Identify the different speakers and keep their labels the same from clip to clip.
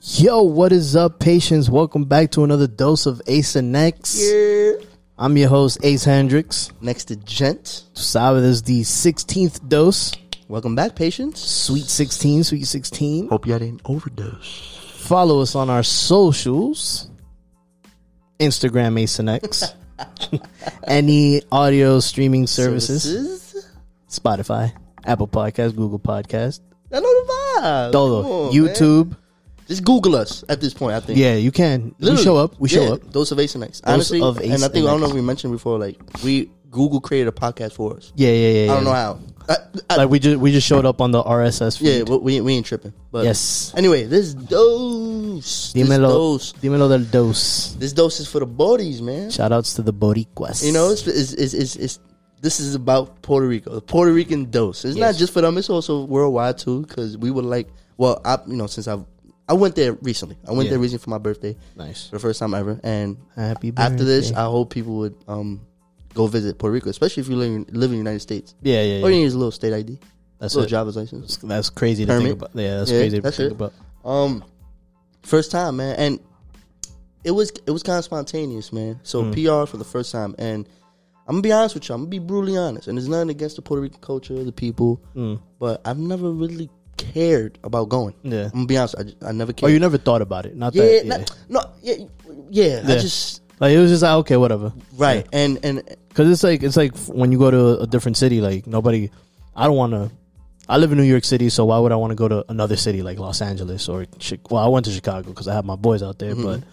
Speaker 1: Yo, what is up, patients? Welcome back to another dose of Ace and Nex. I'm your host, Ace Hendricks.
Speaker 2: Next to Gent.
Speaker 1: Sabe is the 16th dose.
Speaker 2: Welcome back, patients.
Speaker 1: Sweet 16, sweet 16.
Speaker 2: Hope y'all didn't overdose.
Speaker 1: Follow us on our socials Instagram, Ace and Nex. Any audio streaming services,
Speaker 2: Services?
Speaker 1: Spotify, Apple Podcast, Google Podcast,
Speaker 2: I know the vibe. Come
Speaker 1: Dolo,
Speaker 2: on,
Speaker 1: YouTube.
Speaker 2: man. Just Google us at this point, I think.
Speaker 1: Yeah, you can.
Speaker 2: Literally.
Speaker 1: We show up. We show
Speaker 2: Yeah,
Speaker 1: up.
Speaker 2: Those of Ace and X. Honestly,
Speaker 1: of
Speaker 2: and
Speaker 1: Ace
Speaker 2: I think, I
Speaker 1: and
Speaker 2: don't know
Speaker 1: X.
Speaker 2: if we mentioned before, like, we, Google created a podcast for us.
Speaker 1: Yeah, yeah, yeah.
Speaker 2: I don't
Speaker 1: yeah.
Speaker 2: know how. I, I,
Speaker 1: Like we just we just showed up on the RSS feed.
Speaker 2: yeah, we, we, we ain't tripping. But
Speaker 1: Yes.
Speaker 2: Anyway, this dose. This
Speaker 1: Dímelo,
Speaker 2: dose.
Speaker 1: dímelo del dos.
Speaker 2: This dose is for the bodies, man.
Speaker 1: Shout outs to the Boricuas.
Speaker 2: You know, it's, it's, it's, it's, it's this is about Puerto Rico, the Puerto Rican dose. It's not
Speaker 1: Yes.
Speaker 2: just for them; it's also worldwide too. Because we would like, well, I you know, since I I went there recently, I went
Speaker 1: Yeah.
Speaker 2: there recently for my birthday,
Speaker 1: nice.
Speaker 2: for the first time ever. And
Speaker 1: Happy birthday.
Speaker 2: after this, I hope people would um go visit Puerto Rico, especially if you live in, live in the United States.
Speaker 1: yeah, yeah,
Speaker 2: All
Speaker 1: yeah.
Speaker 2: Oh, you need is a little state ID,
Speaker 1: That's
Speaker 2: little
Speaker 1: it.
Speaker 2: driver's license.
Speaker 1: That's crazy to
Speaker 2: Permit.
Speaker 1: think about. Yeah, that's
Speaker 2: Yeah,
Speaker 1: crazy to
Speaker 2: that's
Speaker 1: think
Speaker 2: it.
Speaker 1: about.
Speaker 2: Um, first time, man, and it was it was kind of spontaneous, man. So
Speaker 1: Hmm.
Speaker 2: PR for the first time, and I'm gonna be honest with you, I'm gonna be brutally honest, and it's nothing against the Puerto Rican culture, the people, but I've never really cared about going.
Speaker 1: Hmm. Yeah.
Speaker 2: I'm gonna be honest, I, ju- I never
Speaker 1: Or
Speaker 2: cared.
Speaker 1: you never thought about it. Not
Speaker 2: Mm. yeah,
Speaker 1: that. Yeah.
Speaker 2: not- no, yeah, yeah, I
Speaker 1: Yeah.
Speaker 2: just
Speaker 1: like it was just like okay, whatever.
Speaker 2: right, and and
Speaker 1: Because it's like it's like when you go to a different city, like nobody. I don't want to. I live in New York City, so why would I want to go to another city like Los Angeles or? Chi- Well, I went to Chicago because I have my boys out
Speaker 2: Mm-hmm.
Speaker 1: there, but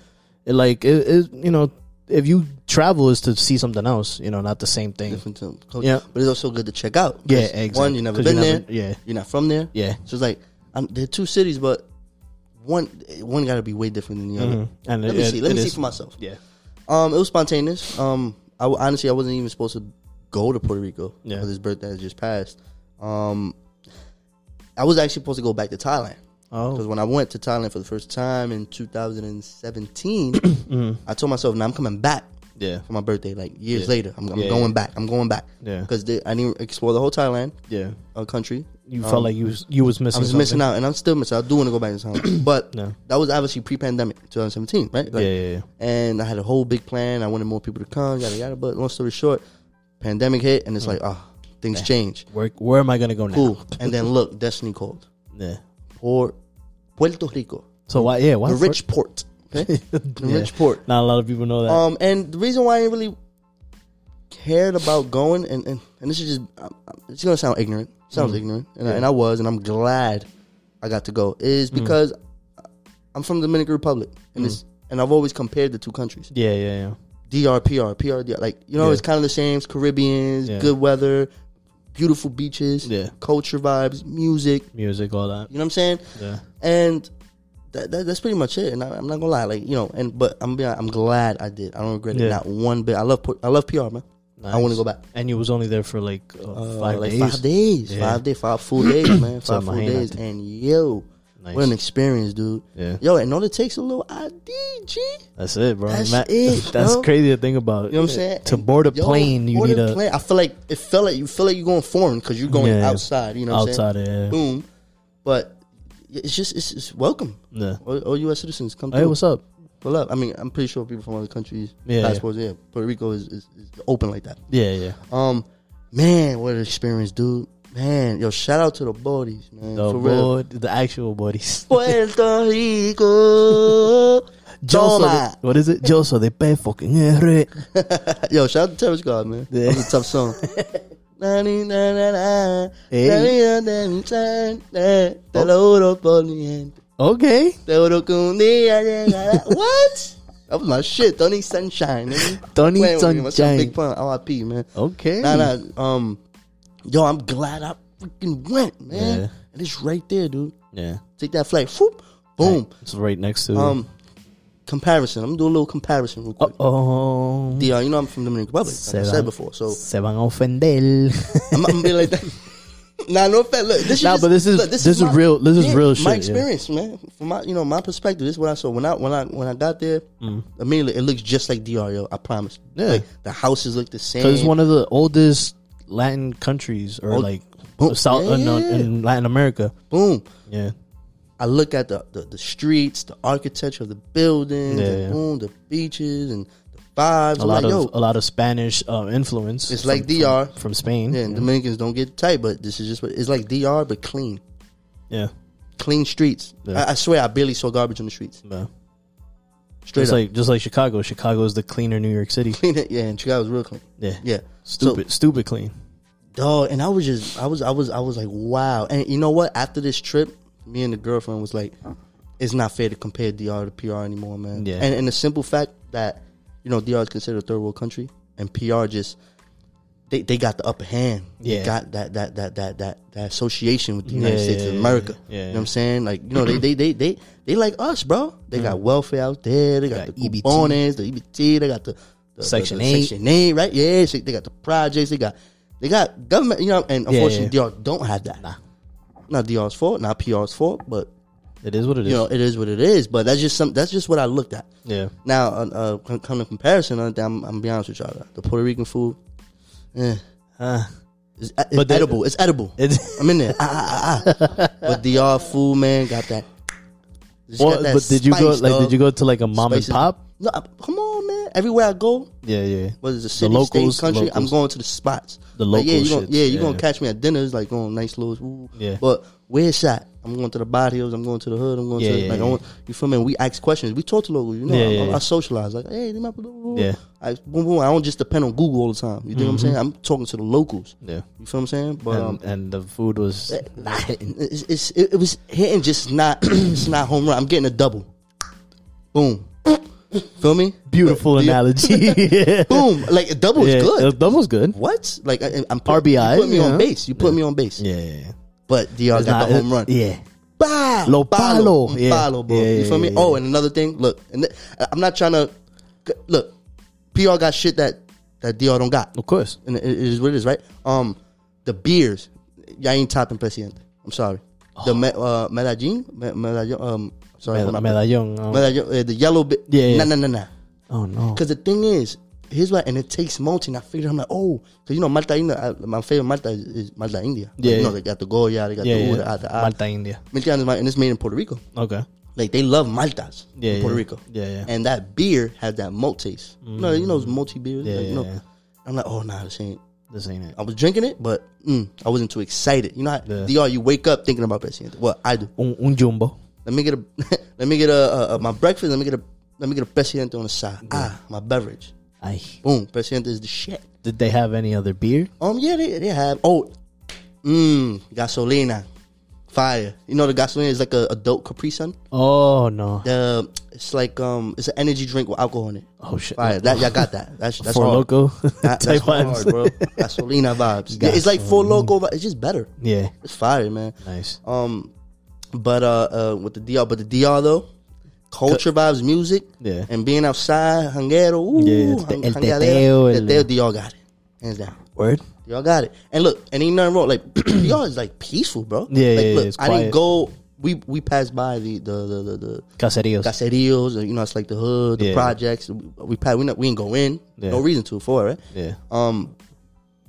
Speaker 1: it like it, it, you know, if you travel is to see something else, you know, not the same thing.
Speaker 2: different to culture,
Speaker 1: Yeah.
Speaker 2: but it's also good to check out. 'cause
Speaker 1: Yeah, exactly.
Speaker 2: One, you never
Speaker 1: 'Cause you
Speaker 2: been
Speaker 1: never-
Speaker 2: there.
Speaker 1: yeah.
Speaker 2: you're not from there.
Speaker 1: Yeah.
Speaker 2: so it's like I'm, there are two cities, but one one got to be way different than the other.
Speaker 1: And
Speaker 2: Mm-hmm. Let
Speaker 1: it-
Speaker 2: me
Speaker 1: it-
Speaker 2: see. Let
Speaker 1: it
Speaker 2: me see
Speaker 1: is-
Speaker 2: for myself.
Speaker 1: Yeah,
Speaker 2: Um, it was spontaneous. Um, I w- honestly I wasn't even supposed to go to Puerto Rico
Speaker 1: Yeah.
Speaker 2: for this birthday that just passed. Um, I was actually supposed to go back to Thailand
Speaker 1: Oh.
Speaker 2: because when I went to Thailand for the first time in 2017, I told myself, "Now I'm coming back."
Speaker 1: yeah,
Speaker 2: For my birthday, like years
Speaker 1: Mm-hmm. Yeah.
Speaker 2: later, I'm, I'm
Speaker 1: Yeah,
Speaker 2: going
Speaker 1: yeah.
Speaker 2: back. I'm going back.
Speaker 1: Yeah.
Speaker 2: because I didn't explore the whole Thailand
Speaker 1: yeah.
Speaker 2: uh, country.
Speaker 1: You felt like you was, you was
Speaker 2: I
Speaker 1: missing.
Speaker 2: was missing out, and I'm still missing. out. I do want to go back to Thailand, but
Speaker 1: No.
Speaker 2: that was obviously pre-pandemic, 2017, right? Like,
Speaker 1: yeah, yeah, yeah.
Speaker 2: and I had a whole big plan. I wanted more people to come, yada yada. But long story short, pandemic hit, and it's like, ah, things change.
Speaker 1: Where where am I gonna go now?
Speaker 2: Cool. and then look, Destiny called.
Speaker 1: Yeah.
Speaker 2: Port, Puerto Rico,
Speaker 1: So why? Yeah, why
Speaker 2: the rich port. Okay, the
Speaker 1: Yeah.
Speaker 2: rich port.
Speaker 1: Not a lot of people know that.
Speaker 2: Um, and the reason why I didn't really cared about going, and and, and this is just, um, um, it's gonna sound ignorant. Sounds ignorant, and, I, and I was, and I'm glad I got to go. Is because I'm from the Dominican Republic, and it's and I've always compared the two countries.
Speaker 1: yeah, yeah, yeah.
Speaker 2: DR, PR, PR, DR. Like, you know,
Speaker 1: Yeah.
Speaker 2: it's kind of the same. It's Caribbeans,
Speaker 1: Yeah.
Speaker 2: good weather, beautiful beaches,
Speaker 1: Yeah.
Speaker 2: culture vibes, music.
Speaker 1: Music, all that.
Speaker 2: You know what I'm saying?
Speaker 1: Yeah.
Speaker 2: And that, that, that's pretty much it. And I, I'm not gonna lie, like you know, and but I'm being, I'm glad I did. I don't regret
Speaker 1: Yeah.
Speaker 2: it not one bit. I love pu- I love PR, man. I want to
Speaker 1: Nice.
Speaker 2: go back.
Speaker 1: And you was only there for like uh,
Speaker 2: Uh,
Speaker 1: five
Speaker 2: like
Speaker 1: days.
Speaker 2: Five days.
Speaker 1: Yeah.
Speaker 2: Five days. Five full days, man.
Speaker 1: So
Speaker 2: Five full
Speaker 1: imagínate.
Speaker 2: days. And yo,
Speaker 1: Nice.
Speaker 2: what an experience, dude.
Speaker 1: Yeah.
Speaker 2: Yo, and all it takes a little ID, G.
Speaker 1: That's it, bro.
Speaker 2: That's
Speaker 1: Ma-
Speaker 2: it,
Speaker 1: that's
Speaker 2: bro.
Speaker 1: crazy to think about.
Speaker 2: You know what I'm saying?
Speaker 1: To
Speaker 2: And
Speaker 1: board a
Speaker 2: yo,
Speaker 1: plane, you
Speaker 2: board
Speaker 1: need
Speaker 2: a
Speaker 1: a
Speaker 2: plane. I feel like it felt like you feel like you're going foreign because you're going
Speaker 1: Yeah.
Speaker 2: outside. You know, what
Speaker 1: outside.
Speaker 2: I'm
Speaker 1: of-
Speaker 2: saying?
Speaker 1: Yeah.
Speaker 2: boom. But it's just it's, it's welcome.
Speaker 1: yeah.
Speaker 2: All, all U.S. citizens come
Speaker 1: Hey,
Speaker 2: through.
Speaker 1: what's up?
Speaker 2: Pull up. I mean, I'm pretty sure people from other countries
Speaker 1: Yeah, yeah.
Speaker 2: passports. Yeah, Puerto Rico is, is, is open like that.
Speaker 1: Yeah, yeah.
Speaker 2: Um, man, what an experience, dude. Man, yo, shout out to the bodies, man.
Speaker 1: The
Speaker 2: for real.
Speaker 1: board, the actual bodies.
Speaker 2: Puerto Rico.
Speaker 1: Yo soy
Speaker 2: Toma.
Speaker 1: de- what is it? Yo soy de pe fucking R.
Speaker 2: Yo, shout out to Terrence God, man.
Speaker 1: Yeah.
Speaker 2: That was a tough song. Na, ni, na, na, na.
Speaker 1: Hey. Oh.
Speaker 2: Na, ni, na, na, ni, na, na. Te lo juro por mi gente.
Speaker 1: Okay.
Speaker 2: Te juro que un día llegará. What? That was my shit. Don't need sunshine. nigga.
Speaker 1: Don't Need
Speaker 2: Playing with me. What's up,
Speaker 1: Sunshine.
Speaker 2: Big pun. R.I.P. Man.
Speaker 1: Okay.
Speaker 2: Nah, nah. Um, yo, I'm glad I freaking went, man.
Speaker 1: Yeah.
Speaker 2: And it's right there, dude.
Speaker 1: Yeah.
Speaker 2: Take that flight. Whoop. Boom.
Speaker 1: It's right next to.
Speaker 2: Um, comparison. I'm doing a little comparison real quick.
Speaker 1: oh.
Speaker 2: DR, you know I'm from Dominican Republic. Like I
Speaker 1: Say that.
Speaker 2: said before, so
Speaker 1: Se van a ofender.
Speaker 2: I'm not gonna be like that. Nah, no offense. Look, this
Speaker 1: Nah,
Speaker 2: just-
Speaker 1: but this is-
Speaker 2: look,
Speaker 1: this is
Speaker 2: my-
Speaker 1: real- this is
Speaker 2: yeah,
Speaker 1: real shit,
Speaker 2: My
Speaker 1: yeah.
Speaker 2: experience, man. From my you know my perspective, this is what I saw when I when I when I got there. Immediately, it looks just like DRO. I promise.
Speaker 1: Mm. Yeah.
Speaker 2: like, the houses look the same.
Speaker 1: So it's one of the oldest Latin countries, or like
Speaker 2: Oh,
Speaker 1: South uh, no,
Speaker 2: yeah.
Speaker 1: in Latin America.
Speaker 2: boom.
Speaker 1: Yeah,
Speaker 2: I look at the, the, the streets, the architecture of the buildings,
Speaker 1: Yeah,
Speaker 2: the,
Speaker 1: yeah.
Speaker 2: boom, the beaches, and the vibes.
Speaker 1: a
Speaker 2: I'm
Speaker 1: lot
Speaker 2: like,
Speaker 1: of
Speaker 2: yo,
Speaker 1: a lot of Spanish uh, influence.
Speaker 2: It's
Speaker 1: from-
Speaker 2: like DR.
Speaker 1: from, from Spain.
Speaker 2: yeah, and Dominicans don't get tight, but this is just what it's like DR, but clean.
Speaker 1: yeah.
Speaker 2: Clean streets.
Speaker 1: Yeah.
Speaker 2: I, I swear, I barely saw garbage on the streets.
Speaker 1: yeah.
Speaker 2: Straight
Speaker 1: Just
Speaker 2: up.
Speaker 1: like just like Chicago. Chicago is the cleaner New York City.
Speaker 2: clean it. Yeah, and Chicago was real clean.
Speaker 1: Yeah.
Speaker 2: Yeah.
Speaker 1: Stupid, stupid clean.
Speaker 2: Dog, and I was just, I was, I was, I was like, wow. And you know what? After this trip, me and the girlfriend was like, it's not fair to compare DR to PR anymore, man.
Speaker 1: Yeah.
Speaker 2: And and the simple fact that you know DR is considered a third world country, and PR just they, they got the upper hand. They
Speaker 1: Yeah.
Speaker 2: got that that that that that that association with the United
Speaker 1: Yeah,
Speaker 2: States
Speaker 1: yeah,
Speaker 2: of
Speaker 1: yeah,
Speaker 2: America.
Speaker 1: yeah,
Speaker 2: You know
Speaker 1: yeah.
Speaker 2: what I'm saying? Like you know they they they they they like us, bro. They got welfare out there. They got,
Speaker 1: Mm. Got
Speaker 2: the
Speaker 1: EBT.
Speaker 2: cupones, the EBT. They got the, the
Speaker 1: Section
Speaker 2: the, the
Speaker 1: eight.
Speaker 2: Section eight, right? Yeah. so they got the projects. They got they got government. You know, and unfortunately, DR don't have that. Nah. Not DR's fault. Not PR's fault. But
Speaker 1: It is what it is.
Speaker 2: you know, it is what it is. But that's just some. That's just what I looked at.
Speaker 1: yeah.
Speaker 2: Now, uh, uh, come- come to comparison, uh, I'm, I'm gonna be honest with y'all. uh, The Puerto Rican food, eh,
Speaker 1: Uh,
Speaker 2: it's, it's
Speaker 1: But the-
Speaker 2: edible. It's edible.
Speaker 1: it's,
Speaker 2: I'm in there. Ah, ah, ah, ah. But DR food, man, got that. just
Speaker 1: Well,
Speaker 2: got that
Speaker 1: but did you go
Speaker 2: spice,
Speaker 1: like
Speaker 2: dog.
Speaker 1: did you go to like a mom
Speaker 2: Spices.
Speaker 1: and pop?
Speaker 2: No, I- come on, man. Everywhere I go,
Speaker 1: Yeah, yeah.
Speaker 2: whether it's a city,
Speaker 1: locals-
Speaker 2: state, country, I'm
Speaker 1: locals.
Speaker 2: going to the spots.
Speaker 1: The
Speaker 2: like, yeah,
Speaker 1: local
Speaker 2: you gonna,
Speaker 1: shits,
Speaker 2: yeah, you
Speaker 1: yeah.
Speaker 2: gonna catch me at dinners, like going nice little. Ooh.
Speaker 1: Yeah.
Speaker 2: But where it's at, I'm going to the barrios. I'm going to the hood. I'm going
Speaker 1: Yeah,
Speaker 2: to
Speaker 1: yeah,
Speaker 2: like I
Speaker 1: yeah.
Speaker 2: want, you feel me? We ask questions. We talk to locals. You know,
Speaker 1: Yeah,
Speaker 2: I,
Speaker 1: yeah,
Speaker 2: I,
Speaker 1: yeah.
Speaker 2: I socialize. Like, hey, they might- blah, blah, blah.
Speaker 1: Yeah.
Speaker 2: I, boom, boom. I don't just depend on Google all the time. You know what I'm saying? I'm talking to the locals.
Speaker 1: Yeah.
Speaker 2: You feel what I'm saying? But um, eh,
Speaker 1: and, and the food was
Speaker 2: nah, it's, it's, it, it was hitting just not it's not home run. I'm getting a double. Boom. Feel me?
Speaker 1: beautiful
Speaker 2: Yeah.
Speaker 1: analogy. yeah.
Speaker 2: Boom. Like a double is good.
Speaker 1: That was good.
Speaker 2: What? Like I, I'm put,
Speaker 1: RBI,
Speaker 2: You put me
Speaker 1: yeah.
Speaker 2: on base. You put me on base.
Speaker 1: Yeah, yeah, yeah.
Speaker 2: But DR
Speaker 1: It's
Speaker 2: got
Speaker 1: not-
Speaker 2: the home run.
Speaker 1: Yeah.
Speaker 2: Bah,
Speaker 1: Lo palo.
Speaker 2: Mm,
Speaker 1: Yeah.
Speaker 2: Palo, bro.
Speaker 1: Yeah, yeah,
Speaker 2: you feel me?
Speaker 1: yeah,
Speaker 2: Oh, and another thing. Look, and th- I'm not trying to look. PR got shit that that DR don't got,
Speaker 1: Of course.
Speaker 2: and it, it is what it is, right? Um, the beers, y'all ain't topping Presidente. I'm sorry. The
Speaker 1: Oh.
Speaker 2: me, uh, Medellin, Me- Medellin, um, sorry,
Speaker 1: Meda-
Speaker 2: I'm not-
Speaker 1: Medallon. Oh,
Speaker 2: Medellin, uh, the yellow bit.
Speaker 1: Yeah, yeah.
Speaker 2: nah, nah, nah, nah.
Speaker 1: oh, no.
Speaker 2: Because the thing is, here's what, and it takes multi. And I figured, I'm like, oh, because you know, Malta India, I, my favorite Malta is, is Malta India. Like,
Speaker 1: Yeah,
Speaker 2: You know,
Speaker 1: yeah.
Speaker 2: they got the Goya, they got
Speaker 1: Yeah,
Speaker 2: the
Speaker 1: yeah.
Speaker 2: Uda, the Ah.
Speaker 1: Malta India.
Speaker 2: Mexicanos, and it's made in Puerto Rico.
Speaker 1: Okay.
Speaker 2: Like, they love Maltas
Speaker 1: Yeah,
Speaker 2: in Puerto
Speaker 1: yeah.
Speaker 2: Rico.
Speaker 1: Yeah, yeah. Mm.
Speaker 2: And that beer has that malt taste. You know, you know, those multi beers.
Speaker 1: Yeah,
Speaker 2: like, you know,
Speaker 1: yeah, yeah.
Speaker 2: I'm like, oh, nah, this ain't.
Speaker 1: This ain't it.
Speaker 2: I was drinking it, but mm, I wasn't too excited. You know, how,
Speaker 1: Yeah.
Speaker 2: DR, you wake up thinking about Presidente. Well, I do.
Speaker 1: Un, un jumbo.
Speaker 2: Let me get a, let me get a, a, a my breakfast. Let me get a, let me get a Presidente on the side. Ah, my beverage.
Speaker 1: Ay.
Speaker 2: Boom, Presidente is the shit.
Speaker 1: Did they have any other beer?
Speaker 2: Um, yeah, they, they have. Oh, mmm, gasolina, fire. You know the gasolina is like a adult Capri Sun.
Speaker 1: Oh, no.
Speaker 2: The it's like um, it's an energy drink with alcohol in it.
Speaker 1: Oh, shit.
Speaker 2: Fire. That y'all got that. That's that's
Speaker 1: For
Speaker 2: hard.
Speaker 1: loco. type
Speaker 2: That- that's hard,
Speaker 1: vibes.
Speaker 2: bro. Gasolina vibes. Yeah, it's like for loco. vi- It's just better.
Speaker 1: Yeah.
Speaker 2: It's fire, man.
Speaker 1: Nice.
Speaker 2: Um, but uh, uh, with the DR, but the DR though, culture vibes, music,
Speaker 1: Yeah.
Speaker 2: and being outside, hanguero, ooh,
Speaker 1: Yeah, it's the- el
Speaker 2: jangadera.
Speaker 1: teteo, el-
Speaker 2: teteo, DR got it, hands down.
Speaker 1: Word?
Speaker 2: Y'all got it. And look, and ain't nothing wrong. Like y'all is like peaceful, bro.
Speaker 1: Yeah,
Speaker 2: like,
Speaker 1: yeah,
Speaker 2: look,
Speaker 1: yeah, it's
Speaker 2: I didn't
Speaker 1: quiet.
Speaker 2: go. We we passed by the the the the, the
Speaker 1: Caseríos.
Speaker 2: caseríos. You know, it's like the hood, the
Speaker 1: Yeah.
Speaker 2: projects. We passed. We not, we didn't go in.
Speaker 1: Yeah.
Speaker 2: No reason to for it. Right?
Speaker 1: Yeah.
Speaker 2: Um,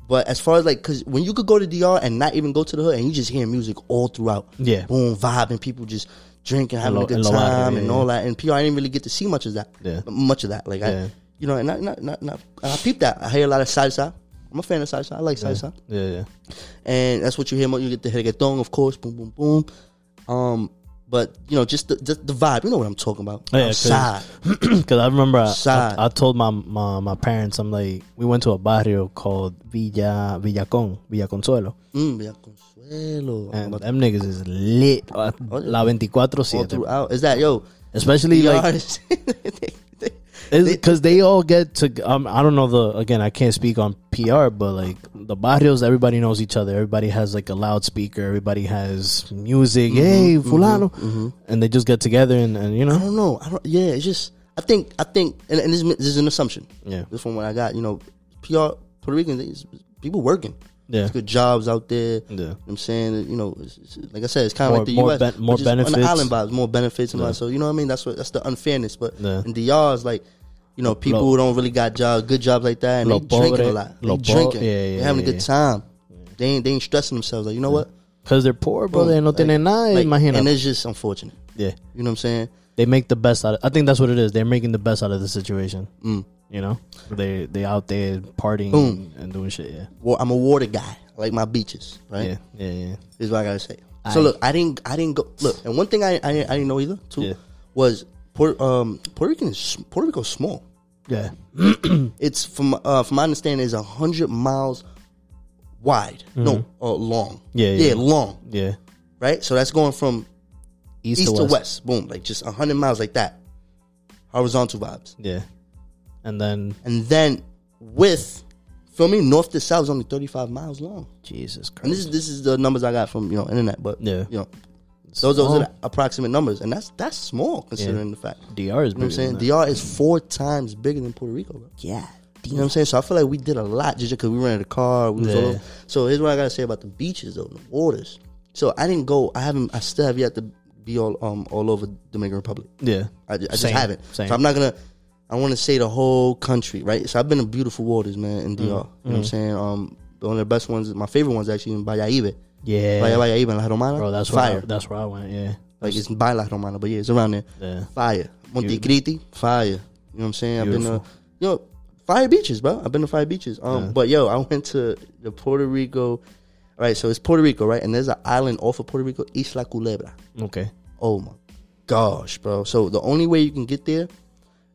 Speaker 2: but as far as like, cause when you could go to DR and not even go to the hood, and you just hear music all throughout.
Speaker 1: Yeah.
Speaker 2: boom, vibing, people just drinking, having
Speaker 1: lo-
Speaker 2: a good
Speaker 1: in Lo Barrio,
Speaker 2: time,
Speaker 1: yeah,
Speaker 2: and
Speaker 1: yeah.
Speaker 2: all that. And PR, I didn't really get to see much of that.
Speaker 1: Yeah.
Speaker 2: much of that. Like
Speaker 1: Yeah.
Speaker 2: I, you know, and I, not, not, not, and I peeped that. I hear a lot of salsa. I'm a fan of salsa. I like salsa,
Speaker 1: Yeah, yeah.
Speaker 2: and that's what you hear. More. You get the reggaeton, of course. Boom, boom, boom. Um, but you know, just the, just the vibe. You know what I'm talking about.
Speaker 1: Oh, Yeah, 'cause-
Speaker 2: Outside.
Speaker 1: Because I remember I,
Speaker 2: Sad.
Speaker 1: I, I told my, my my parents, I'm like, we went to a barrio called Villa Villacon, Villa Consuelo.
Speaker 2: Mm, Villa Consuelo.
Speaker 1: And them niggas is lit. uh, La 24
Speaker 2: all
Speaker 1: 7.
Speaker 2: throughout. Is that yo?
Speaker 1: Especially like,
Speaker 2: PRs.
Speaker 1: because they all get to, um, I don't know the, again, I can't speak on PR, but like the barrios, everybody knows each other. Everybody has like a loudspeaker. Everybody has music.
Speaker 2: Mm-hmm,
Speaker 1: hey, Fulano. And they just get together and, and you
Speaker 2: I
Speaker 1: know,
Speaker 2: don't know. I don't. Yeah, it's just. I think. I think. And, and this, is- this is an assumption.
Speaker 1: Yeah.
Speaker 2: Just from what I got, you know, PR Puerto Ricans, they- it's- people working.
Speaker 1: Yeah.
Speaker 2: There's good jobs out there.
Speaker 1: Yeah.
Speaker 2: You know what I'm saying, you know, it's, it's, like I said, it's kind of
Speaker 1: More-
Speaker 2: like the
Speaker 1: more
Speaker 2: U.S.
Speaker 1: ben- more
Speaker 2: which is on
Speaker 1: benefits.
Speaker 2: the island vibes, more benefits and all that. So you know what I mean? That's what that's the unfairness. But
Speaker 1: Yeah.
Speaker 2: in DR, it's like. You know, people
Speaker 1: Lo-
Speaker 2: who don't really got jobs, good jobs like that, and
Speaker 1: Lo
Speaker 2: they drinking a
Speaker 1: pobre,
Speaker 2: lot. They
Speaker 1: lo po-
Speaker 2: drinking,
Speaker 1: yeah, yeah,
Speaker 2: they having
Speaker 1: yeah,
Speaker 2: a good
Speaker 1: yeah.
Speaker 2: time. They ain't they ain't stressing themselves. Like you know what?
Speaker 1: because they're poor, bro. They no
Speaker 2: Like-
Speaker 1: tienen nada.
Speaker 2: Like, and
Speaker 1: imagina.
Speaker 2: it's just unfortunate.
Speaker 1: Yeah,
Speaker 2: You know what I'm saying?
Speaker 1: they make the best out. of I think that's what it is. They're making the best out of the situation.
Speaker 2: Mm.
Speaker 1: You know, they they out there partying
Speaker 2: Boom.
Speaker 1: and doing shit. Yeah,
Speaker 2: Well, I'm a water guy. I like my beaches, right?
Speaker 1: yeah, yeah, yeah.
Speaker 2: Is what I gotta say.
Speaker 1: Aye.
Speaker 2: so look, I didn't, I didn't go. Look, and one thing I, I, didn't- I didn't know either too
Speaker 1: Yeah.
Speaker 2: was Puerto, um, Puerto Rican is Puerto Rico's small.
Speaker 1: yeah.
Speaker 2: It's from uh, from my understanding is hundred miles wide. No, uh, long.
Speaker 1: Mm-hmm. Yeah, yeah.
Speaker 2: yeah, long.
Speaker 1: Yeah.
Speaker 2: Right. So that's going from
Speaker 1: East,
Speaker 2: east,
Speaker 1: to,
Speaker 2: to,
Speaker 1: west.
Speaker 2: west. Boom, like just hundred miles like that. Horizontal vibes,
Speaker 1: Yeah. And then
Speaker 2: and then with, feel me, north to south is only thirty five miles long.
Speaker 1: Jesus Christ.
Speaker 2: And this is this is the numbers I got from you know internet, but
Speaker 1: Yeah.
Speaker 2: you know those those are
Speaker 1: Small.
Speaker 2: the approximate numbers, and that's that's small considering the fact.
Speaker 1: DR is
Speaker 2: You know what I'm
Speaker 1: bigger.
Speaker 2: saying?
Speaker 1: than that.
Speaker 2: DR is four times bigger than Puerto Rico, bro.
Speaker 1: yeah.
Speaker 2: You know what I'm saying? So I feel like we did a lot just because we rented a car. We was all
Speaker 1: Yeah.
Speaker 2: over. So here's what I gotta say about the beaches though, the waters. So I didn't go. I haven't. I still have yet to be all um all over Dominican Republic.
Speaker 1: Yeah.
Speaker 2: I, ju- I just
Speaker 1: Same,
Speaker 2: haven't.
Speaker 1: same.
Speaker 2: So I'm not gonna. I want to say the whole country, right? So I've been to beautiful waters, man, in DR. You
Speaker 1: Mm,
Speaker 2: know what I'm saying? Um, one of the best ones, my favorite ones actually in Bayaibe.
Speaker 1: Yeah.
Speaker 2: Vaya, vaya, even La Romana.
Speaker 1: Bro, that's
Speaker 2: fire.
Speaker 1: where I, that's where I went. Yeah.
Speaker 2: Like it's by La Romana, but yeah, it's around there.
Speaker 1: Yeah.
Speaker 2: Fire. Montecriti, fire. You know what I'm saying? I've been
Speaker 1: Beautiful.
Speaker 2: to yo fire beaches, bro. I've been to fire beaches. Um, but yo, I went to the Puerto Rico. All right, so it's Puerto Rico, right? And there's an island off of Puerto Rico, Isla Culebra.
Speaker 1: Okay.
Speaker 2: Oh my gosh, bro. So the only way you can get there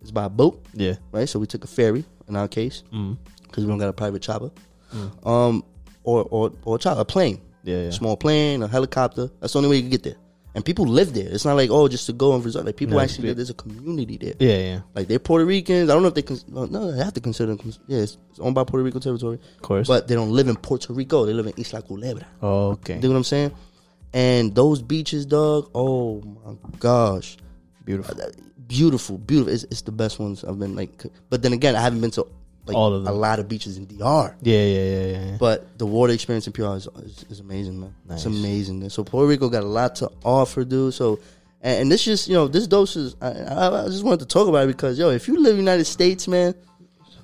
Speaker 2: is by boat,
Speaker 1: Yeah.
Speaker 2: right? So we took a ferry in our case
Speaker 1: Mm.
Speaker 2: because we don't got a private chopper, um, or or or a chopper, a plane
Speaker 1: Hmm. Yeah. yeah.
Speaker 2: small plane, a helicopter. That's the only way you can get there. And people live there. It's not like oh, just to go and visit. Like people
Speaker 1: No,
Speaker 2: actually,
Speaker 1: yeah.
Speaker 2: live. there's a community there.
Speaker 1: Yeah. Yeah.
Speaker 2: Like they're Puerto Ricans. I don't know if they can. Well, no, they have to consider them. cons- Yeah, it's, it's owned by Puerto Rico territory,
Speaker 1: Of course.
Speaker 2: but they don't live in Puerto Rico. They live in Isla Culebra.
Speaker 1: okay.
Speaker 2: You know what I'm saying? And those beaches, dog. Oh my gosh,
Speaker 1: Beautiful.
Speaker 2: beautiful, beautiful. It's, it's the best ones I've been like. c- But then again, I haven't been to like
Speaker 1: All of
Speaker 2: a
Speaker 1: them.
Speaker 2: lot of beaches in DR.
Speaker 1: Yeah. Yeah. Yeah. Yeah. yeah.
Speaker 2: But the water experience in PR is, is, is amazing, man.
Speaker 1: Nice.
Speaker 2: It's amazing. man. So Puerto Rico got a lot to offer, dude. So, and, and this just you know this dose is I, I, I just wanted to talk about it because yo, if you live in the United States, man,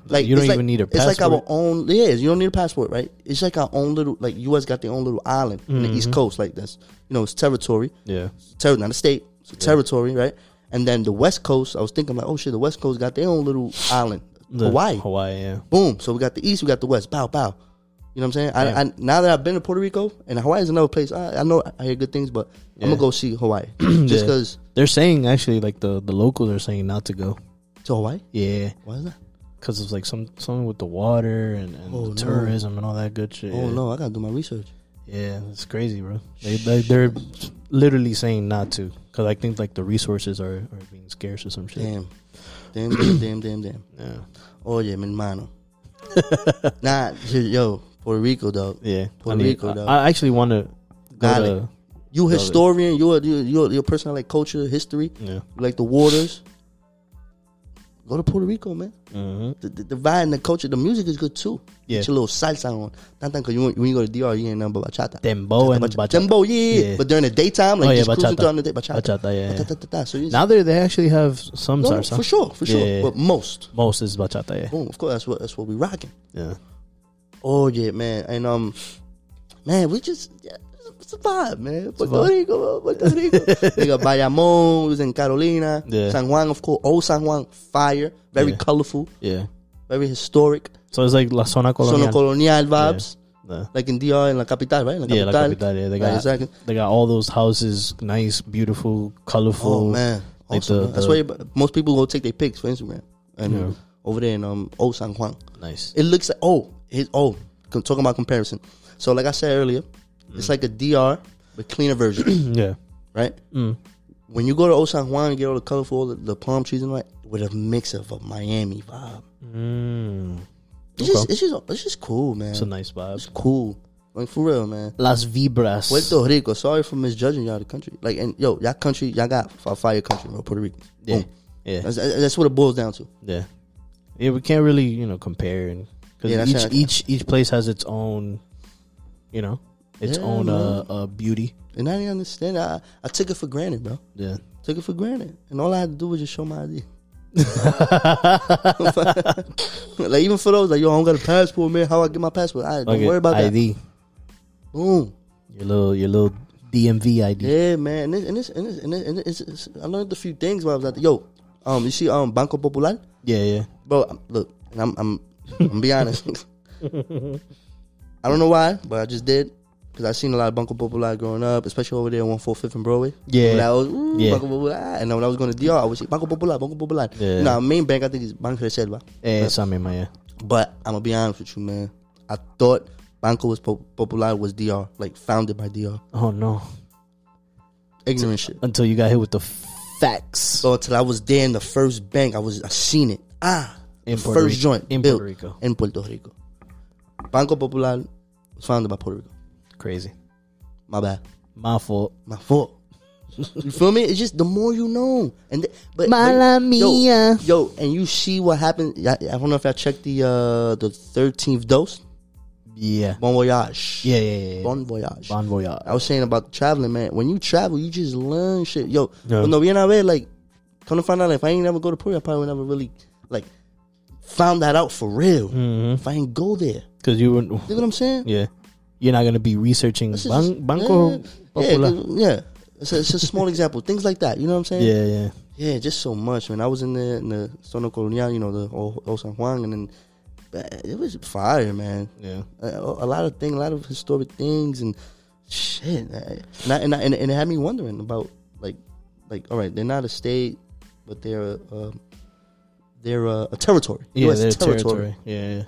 Speaker 2: like
Speaker 1: You don't
Speaker 2: it's like-
Speaker 1: even need a
Speaker 2: It's like
Speaker 1: passport.
Speaker 2: our own. Yeah, you don't need a passport, right? It's like our own little like U.S. got their own little island in the
Speaker 1: Mm-hmm.
Speaker 2: East Coast, like that's you know it's territory,
Speaker 1: yeah.
Speaker 2: it's ter- not a state, it's a territory, right? And then the West Coast, I was thinking like, oh shit, the West Coast got their own little island,
Speaker 1: The-
Speaker 2: Hawaii.
Speaker 1: Hawaii. Yeah.
Speaker 2: Boom. So we got the east, we got the west. Bow, bow. You know what I'm saying? I, I, now that I've been to Puerto Rico and Hawaii is another place, I, I know I hear good things, but I'm
Speaker 1: Yeah.
Speaker 2: gonna go see Hawaii just
Speaker 1: Yeah.
Speaker 2: because
Speaker 1: They're saying actually like the the locals are saying not to go.
Speaker 2: to Hawaii.
Speaker 1: Yeah.
Speaker 2: Why is that?
Speaker 1: Because it's like some something with the water and, and
Speaker 2: Oh, no.
Speaker 1: the tourism and all that good shit.
Speaker 2: Oh
Speaker 1: yeah.
Speaker 2: no, I gotta do my research.
Speaker 1: Yeah, it's crazy, bro. They, they they're literally saying not to because I think like the resources are, are being scarce or some shit.
Speaker 2: Damn, damn, damn, damn, damn, damn.
Speaker 1: Yeah,
Speaker 2: Oh yeah, mi hermano. nah, yo, yo, Puerto Rico, dog.
Speaker 1: yeah. I,
Speaker 2: Puerto
Speaker 1: mean,
Speaker 2: Rico,
Speaker 1: I-
Speaker 2: though.
Speaker 1: I, actually want to
Speaker 2: Got
Speaker 1: go
Speaker 2: You
Speaker 1: Love it.
Speaker 2: historian, you are you you you're a person that like culture, history,
Speaker 1: to yeah.
Speaker 2: you like the waters. Go to Puerto Rico, man.
Speaker 1: hmm
Speaker 2: the, the, the vibe and the culture, the music is good too.
Speaker 1: Yeah.
Speaker 2: Get your little salsa on. Not because you, when you go to DR, you ain't nothing but bachata.
Speaker 1: Dembo and
Speaker 2: Bachata.
Speaker 1: bachata.
Speaker 2: Dembo, yeah.
Speaker 1: Yeah.
Speaker 2: But during the daytime, like
Speaker 1: Oh, yeah,
Speaker 2: just cruising
Speaker 1: bachata.
Speaker 2: during the day, bachata.
Speaker 1: Bachata, yeah, yeah.
Speaker 2: Ta-ta-ta-ta. So you
Speaker 1: Now they they actually have some
Speaker 2: no,
Speaker 1: salsa.
Speaker 2: for sure, for sure.
Speaker 1: Yeah, yeah, yeah.
Speaker 2: But most,
Speaker 1: Most is bachata, yeah.
Speaker 2: boom, of course, that's what that's what we rocking.
Speaker 1: Yeah,
Speaker 2: Oh yeah, man, and um, man, we just yeah, it's a vibe, man. Puerto
Speaker 1: vibe.
Speaker 2: Rico, bro, Puerto Rico. Nigga, Bayamon, we was in Carolina,
Speaker 1: Yeah.
Speaker 2: San Juan, of course. Old San Juan, fire, very
Speaker 1: Yeah.
Speaker 2: colorful,
Speaker 1: yeah.
Speaker 2: very historic.
Speaker 1: So it's like La Zona Colonial.
Speaker 2: Colonial, colonial vibes.
Speaker 1: yeah.
Speaker 2: like in DR in La Capital, right? In
Speaker 1: Yeah, La Capital, yeah. They got,
Speaker 2: Right, exactly.
Speaker 1: they got all those houses, nice, beautiful, colorful.
Speaker 2: Oh man,
Speaker 1: Like
Speaker 2: awesome.
Speaker 1: the-
Speaker 2: man. that's
Speaker 1: the-
Speaker 2: why you- most people go take their pics for Instagram and
Speaker 1: Yeah.
Speaker 2: over there in um Old San Juan.
Speaker 1: Nice.
Speaker 2: It looks like oh, it, oh, com- talking about comparison. So like I said earlier,
Speaker 1: Mm.
Speaker 2: it's like a DR but cleaner version,
Speaker 1: yeah.
Speaker 2: right?
Speaker 1: Mm.
Speaker 2: When you go to Old San Juan and get all the colorful, all the, the palm trees and all that, with a mix of a Miami vibe.
Speaker 1: Mm.
Speaker 2: It's just, it's just, it's just cool, man.
Speaker 1: It's a nice vibe.
Speaker 2: It's cool, like for real, man.
Speaker 1: Las Vibras.
Speaker 2: Puerto Rico. Sorry for misjudging y'all the country. Like and yo, y'all country, y'all got a fire country, bro. Puerto Rico.
Speaker 1: Yeah.
Speaker 2: Boom.
Speaker 1: Yeah.
Speaker 2: That's, that's what it boils down to.
Speaker 1: Yeah, yeah. We can't really, you know, compare and because
Speaker 2: Yeah, that's
Speaker 1: each
Speaker 2: how I-
Speaker 1: each each place has its own, you know, its
Speaker 2: Yeah,
Speaker 1: own uh,
Speaker 2: man.
Speaker 1: uh beauty.
Speaker 2: And I didn't understand. I I took it for granted, bro.
Speaker 1: Yeah,
Speaker 2: Took it for granted, and all I had to do was just show my ID. like even for those, like yo, I don't got a passport, man. How I get my passport? I don't
Speaker 1: Okay,
Speaker 2: worry about that.
Speaker 1: ID.
Speaker 2: Boom.
Speaker 1: Your little your little DMV ID.
Speaker 2: Yeah, man. And it's, and it's, and it's, and it's, and it's, it's- I learned a few things while I was out there. Yo, um, you see, um, Banco Popular,
Speaker 1: Yeah, yeah.
Speaker 2: bro. I'm- Look, and I'm, I'm, I'm gonna be honest. I don't know why, but I just did because I seen a lot of Banco Popular growing up, especially over there on 145th and Broadway.
Speaker 1: Yeah.
Speaker 2: When I was, ooh,
Speaker 1: Yeah.
Speaker 2: Banco Popular, and then when I was going to DR, I would say Banco Popular, Banco Popular.
Speaker 1: Yeah.
Speaker 2: Now, main bank, I think is Banco Reserva.
Speaker 1: Eh, something, man. Yeah.
Speaker 2: But I'm gonna be honest with you, man. I thought Banco was Pop- Popular was DR, like founded by DR.
Speaker 1: Oh no!
Speaker 2: Ignorant shit.
Speaker 1: Until you got hit with the facts
Speaker 2: So until I was there in the first bank, I was I seen it. Ah,
Speaker 1: in
Speaker 2: the
Speaker 1: Puerto
Speaker 2: first
Speaker 1: Rico.
Speaker 2: joint
Speaker 1: in
Speaker 2: built
Speaker 1: Puerto Rico.
Speaker 2: in Puerto Rico. Banco Popular was founded by Puerto Rico.
Speaker 1: Crazy.
Speaker 2: My bad,
Speaker 1: My fault.
Speaker 2: my fault. you feel me? It's just the more you know, and th- but
Speaker 1: Mala
Speaker 2: but- yo,
Speaker 1: mia.
Speaker 2: yo, and you see what happened. I, I don't know if I checked the uh the thirteenth dose.
Speaker 1: Yeah.
Speaker 2: Bon voyage.
Speaker 1: Yeah, yeah, yeah. yeah. Bon,
Speaker 2: Bon voyage.
Speaker 1: voyage.
Speaker 2: I was saying about traveling, man. When you travel, you just learn shit. Yo,
Speaker 1: Yeah.
Speaker 2: no, we not like come to find out if I ain't never go to Puerto, I probably would never really like found that out for real.
Speaker 1: Mhm.
Speaker 2: If I ain't go there,
Speaker 1: Because you were,
Speaker 2: you know what I'm saying?
Speaker 1: yeah, you're not gonna be researching
Speaker 2: This is
Speaker 1: ban-
Speaker 2: just-
Speaker 1: Banco
Speaker 2: yeah,
Speaker 1: Popular.
Speaker 2: Yeah, yeah. It's a, it's a small example, things like that. You know what I'm saying?
Speaker 1: Yeah, yeah.
Speaker 2: Yeah, just so much, man. I was in the in the Sono Colonial, you know, the old, old San Juan, and then but it was fire, man.
Speaker 1: Yeah.
Speaker 2: Uh, a, a lot of things, a lot of historic things, and shit. I- And I, and, I, and it had me wondering about like, like all right, they're not a state, but they're a, um, they're a, a territory.
Speaker 1: Yeah,
Speaker 2: US
Speaker 1: their territory. Yeah, yeah.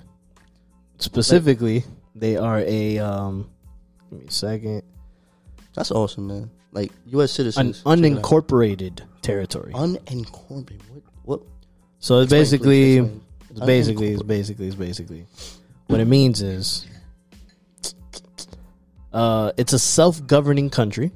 Speaker 1: Specifically, they are a um give me a second.
Speaker 2: That's awesome, man. Like U.S.
Speaker 1: An
Speaker 2: citizens, check it out.
Speaker 1: unincorporated territory.
Speaker 2: unincorporated. What? What?
Speaker 1: so it's
Speaker 2: Explain,
Speaker 1: basically
Speaker 2: please, explain.
Speaker 1: it's basically it's
Speaker 2: Unincorporated.
Speaker 1: basically it's basically what it means is uh it's a self-governing country,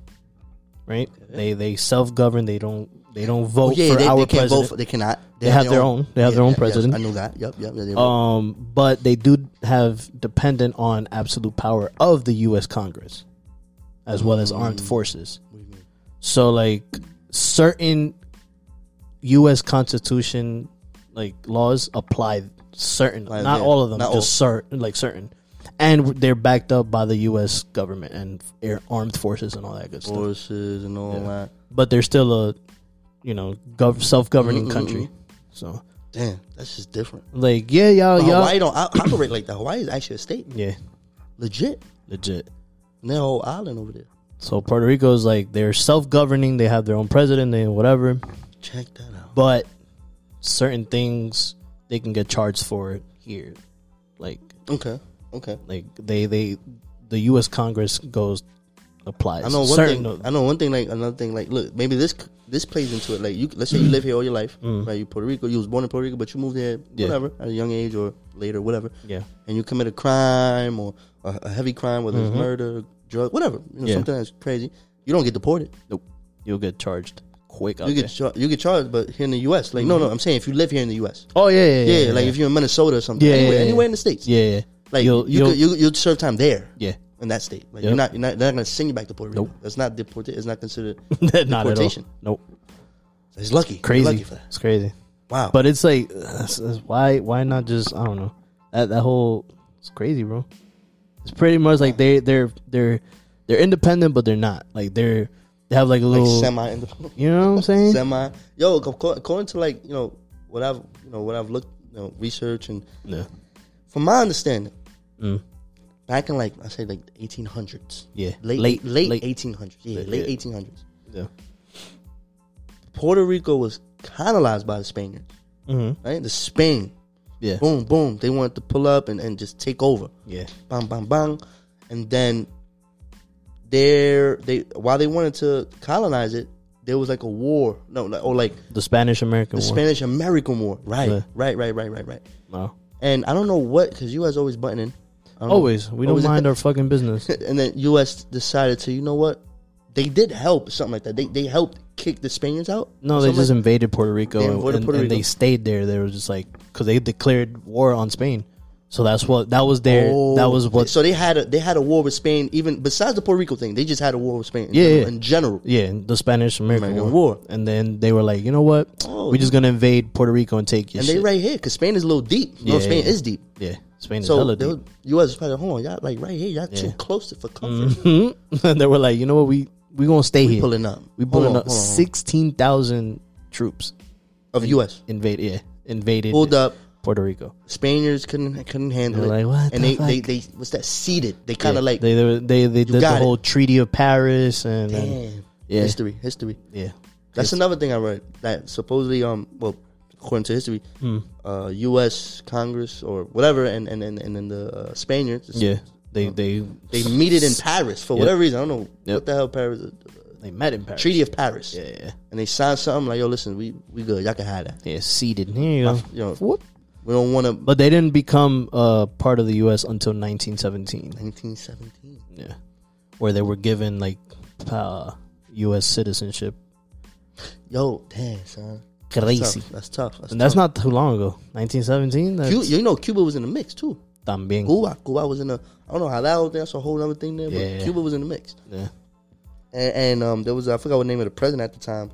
Speaker 1: right? They they self-govern, they don't they don't vote
Speaker 2: Oh, yeah,
Speaker 1: for
Speaker 2: they,
Speaker 1: our
Speaker 2: they can't vote.
Speaker 1: president.
Speaker 2: For, they cannot.
Speaker 1: They have their own. They have
Speaker 2: Yeah,
Speaker 1: their own
Speaker 2: yeah, yeah,
Speaker 1: president.
Speaker 2: I know that. Yep, yep. Yeah, they vote.
Speaker 1: Um, but they do have dependent on absolute power of the U.S. Congress, as well as armed
Speaker 2: Mm-hmm.
Speaker 1: forces.
Speaker 2: What do you mean?
Speaker 1: So, like certain U.S. Constitution, like laws apply certain,
Speaker 2: Like,
Speaker 1: not
Speaker 2: yeah,
Speaker 1: all of them,
Speaker 2: not all.
Speaker 1: just certain, like certain, and they're backed up by the U.S. government and air armed forces and all that good stuff.
Speaker 2: Forces and all
Speaker 1: Yeah.
Speaker 2: that.
Speaker 1: But they're still a, you know, gov- self-governing
Speaker 2: Mm, mm,
Speaker 1: country.
Speaker 2: mm.
Speaker 1: So,
Speaker 2: Damn, that's just different.
Speaker 1: like, yeah, y'all,
Speaker 2: But
Speaker 1: y'all,
Speaker 2: Hawaii don't o- operate like that. Hawaii is actually a state,
Speaker 1: yeah,
Speaker 2: legit.
Speaker 1: legit.
Speaker 2: And their whole island over there.
Speaker 1: So Puerto Rico is like they're self-governing. They have their own president and whatever,
Speaker 2: Check that out.
Speaker 1: but certain things they can get charged for here. Like
Speaker 2: Okay, okay.
Speaker 1: like they they the U.S. Congress goes applies.
Speaker 2: I know one
Speaker 1: certain,
Speaker 2: thing. I know one thing. Like another thing. Like look, maybe this this plays into it. Like you, let's say
Speaker 1: Mm.
Speaker 2: you live here all your life, right? You Puerto Rico. You was born in Puerto Rico, but you moved here,
Speaker 1: Yeah.
Speaker 2: whatever, at a young age or later, whatever,
Speaker 1: yeah
Speaker 2: and you commit a crime or a, a heavy crime, whether it's murder, drug, whatever, you know,
Speaker 1: Mm-hmm. Yeah.
Speaker 2: something that's crazy. You don't get deported.
Speaker 1: you'll get charged quick. Out
Speaker 2: You
Speaker 1: there.
Speaker 2: get char- you get charged, but here in the U.S. Like no, no, I'm saying if you live here in the U.S.
Speaker 1: oh yeah Mm-hmm. yeah
Speaker 2: Yeah, like if you're in Minnesota or something,
Speaker 1: Yeah, yeah,
Speaker 2: anywhere,
Speaker 1: yeah.
Speaker 2: anywhere in the states,
Speaker 1: yeah yeah
Speaker 2: like
Speaker 1: You'll-
Speaker 2: you
Speaker 1: you'll-
Speaker 2: could, you you'll serve time there.
Speaker 1: yeah.
Speaker 2: in that state. Like
Speaker 1: Yep.
Speaker 2: you're not, you're not, they're not going to send you back to Puerto Rico.
Speaker 1: Nope.
Speaker 2: That's not deport. It's not considered.
Speaker 1: Not at all.
Speaker 2: Deportation.
Speaker 1: Nope.
Speaker 2: It's lucky. You're lucky
Speaker 1: Crazy.
Speaker 2: for that.
Speaker 1: It's crazy.
Speaker 2: Wow.
Speaker 1: But it's like that's- that's why why not just I don't know that that whole it's crazy, bro. It's pretty much like they they're they're they're independent, but they're not. Like they're they have like a
Speaker 2: like
Speaker 1: little.
Speaker 2: semi independent.
Speaker 1: you know what I'm saying?
Speaker 2: semi. Yo, acco- according to like you know what I've you know what I've looked you know research and
Speaker 1: yeah.
Speaker 2: from my understanding,
Speaker 1: Mm.
Speaker 2: back in like I say like 1800s,
Speaker 1: Yeah.
Speaker 2: late late late, 1800s, yeah,
Speaker 1: Late,
Speaker 2: late
Speaker 1: yeah.
Speaker 2: 1800s.
Speaker 1: Yeah.
Speaker 2: Puerto Rico was colonized by the Spaniards,
Speaker 1: Mm-hmm.
Speaker 2: right? The Spain,
Speaker 1: Yeah.
Speaker 2: boom, boom. They wanted to pull up and, and just take over.
Speaker 1: Yeah.
Speaker 2: bang bang bang and then there they while they wanted to colonize it there was like a war no no, or like
Speaker 1: The Spanish American
Speaker 2: the
Speaker 1: War.
Speaker 2: spanish american war right
Speaker 1: Yeah.
Speaker 2: right right right right right
Speaker 1: no.
Speaker 2: and i don't know what because us always buttoning I don't know.
Speaker 1: Always. We don't
Speaker 2: Always.
Speaker 1: mind our fucking business.
Speaker 2: and then us decided to you know what they did help something like that they, they helped kick the spaniards out
Speaker 1: No, they
Speaker 2: Something
Speaker 1: just invaded Puerto Rico
Speaker 2: They
Speaker 1: and,
Speaker 2: invaded
Speaker 1: and-
Speaker 2: Puerto
Speaker 1: and they
Speaker 2: Rico.
Speaker 1: stayed there. They were just like because they declared war on Spain, so that's what that was their that was what
Speaker 2: Oh. so they had a they had a war with spain even besides the puerto rico thing they just had a war with spain in
Speaker 1: Yeah,
Speaker 2: general,
Speaker 1: yeah.
Speaker 2: in general
Speaker 1: Yeah, the Spanish American War.
Speaker 2: American War.
Speaker 1: And then they were like, you know what?
Speaker 2: Oh.
Speaker 1: We're just gonna invade Puerto Rico and take your
Speaker 2: and
Speaker 1: shit.
Speaker 2: they right here because spain is a little deep no
Speaker 1: Yeah,
Speaker 2: spain
Speaker 1: yeah.
Speaker 2: is deep
Speaker 1: yeah. Spain is
Speaker 2: So
Speaker 1: hella
Speaker 2: they
Speaker 1: deep.
Speaker 2: were, U.S. was probably hold on, y'all like right here, y'all too close to for comfort.
Speaker 1: Mm-hmm. and they were like, you know what, we we gonna stay here.
Speaker 2: Pulling up,
Speaker 1: we
Speaker 2: Hold
Speaker 1: pulling
Speaker 2: on,
Speaker 1: up
Speaker 2: hold on, hold on.
Speaker 1: sixteen thousand troops
Speaker 2: of U.S.
Speaker 1: invade yeah invaded
Speaker 2: pulled up.
Speaker 1: Puerto Rico.
Speaker 2: Spaniards couldn't couldn't handle
Speaker 1: They're
Speaker 2: it,
Speaker 1: like, what
Speaker 2: and
Speaker 1: the
Speaker 2: they,
Speaker 1: fuck?
Speaker 2: they they what's that seeded? They kind
Speaker 1: Yeah,
Speaker 2: of like
Speaker 1: they they they, they did the
Speaker 2: got it.
Speaker 1: whole Treaty of Paris and, and
Speaker 2: damn
Speaker 1: Yeah.
Speaker 2: history history.
Speaker 1: yeah
Speaker 2: That's another thing I read that supposedly um well according to history,
Speaker 1: Hmm.
Speaker 2: uh U.S. Congress or whatever, and and and, and then the uh, Spaniards
Speaker 1: yeah they they
Speaker 2: they meeted in Paris for whatever reason. I don't know
Speaker 1: Yep.
Speaker 2: what the hell Paris. Uh,
Speaker 1: they met in Paris.
Speaker 2: Treaty of Paris,
Speaker 1: Yeah, yeah,
Speaker 2: and they signed something like, "Yo, listen, we we good. Y'all can have that.
Speaker 1: yeah, seated. Here you go.
Speaker 2: You know,
Speaker 1: Whoop.
Speaker 2: we don't want to."
Speaker 1: But they didn't become uh, part of the U.S. until 1917.
Speaker 2: 1917.
Speaker 1: Yeah, where they were given like uh, U.S. citizenship.
Speaker 2: Yo, damn, son.
Speaker 1: Crazy.
Speaker 2: Tough. That's tough. That's
Speaker 1: And that's not too long ago. 1917. That's
Speaker 2: Cuba, you know, Cuba was in the mix too.
Speaker 1: también.
Speaker 2: Cuba, Cuba was in the. I don't know how that was. That's a whole other thing there, but
Speaker 1: Yeah.
Speaker 2: Cuba was in the mix.
Speaker 1: Yeah.
Speaker 2: And, and um, there was I forgot what name of the president at the time.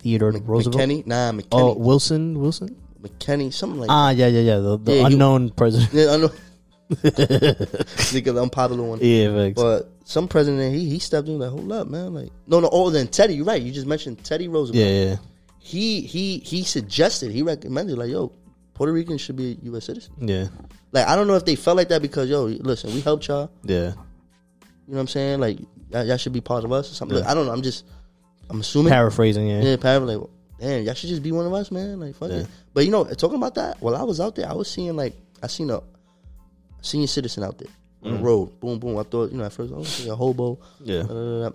Speaker 1: Theodore Roosevelt.
Speaker 2: McKinney, nah, McKinney,
Speaker 1: Oh, Wilson. Wilson.
Speaker 2: McKinney, something like.
Speaker 1: Ah, yeah, yeah, yeah. The, the
Speaker 2: Yeah, he-
Speaker 1: unknown president.
Speaker 2: yeah, I know. Nigga, the unpopular one.
Speaker 1: Yeah, facts.
Speaker 2: But some president, he he stepped in like, hold up, man. Like, no, no. Oh, then Teddy, you're right. You just mentioned Teddy Roosevelt.
Speaker 1: yeah, yeah.
Speaker 2: He he he suggested, he recommended, like, yo, Puerto Ricans should be U.S. citizens.
Speaker 1: Yeah,
Speaker 2: Like, I don't know if they felt like that because, yo, listen, we helped y'all.
Speaker 1: yeah.
Speaker 2: You know what I'm saying? Like y'all, y'all should be part of us or something. Look, I don't know. I'm just I'm assuming.
Speaker 1: Paraphrasing. Yeah.
Speaker 2: yeah, apparently, like, damn, y'all should just be one of us, man. Like fuck
Speaker 1: Yeah.
Speaker 2: it. But you know, talking about that, while I was out there, I was seeing like I seen a senior citizen out there on the road. Boom, boom. I thought you know at first I was thinking a hobo.
Speaker 1: Yeah.
Speaker 2: da, da, da, da. Uh,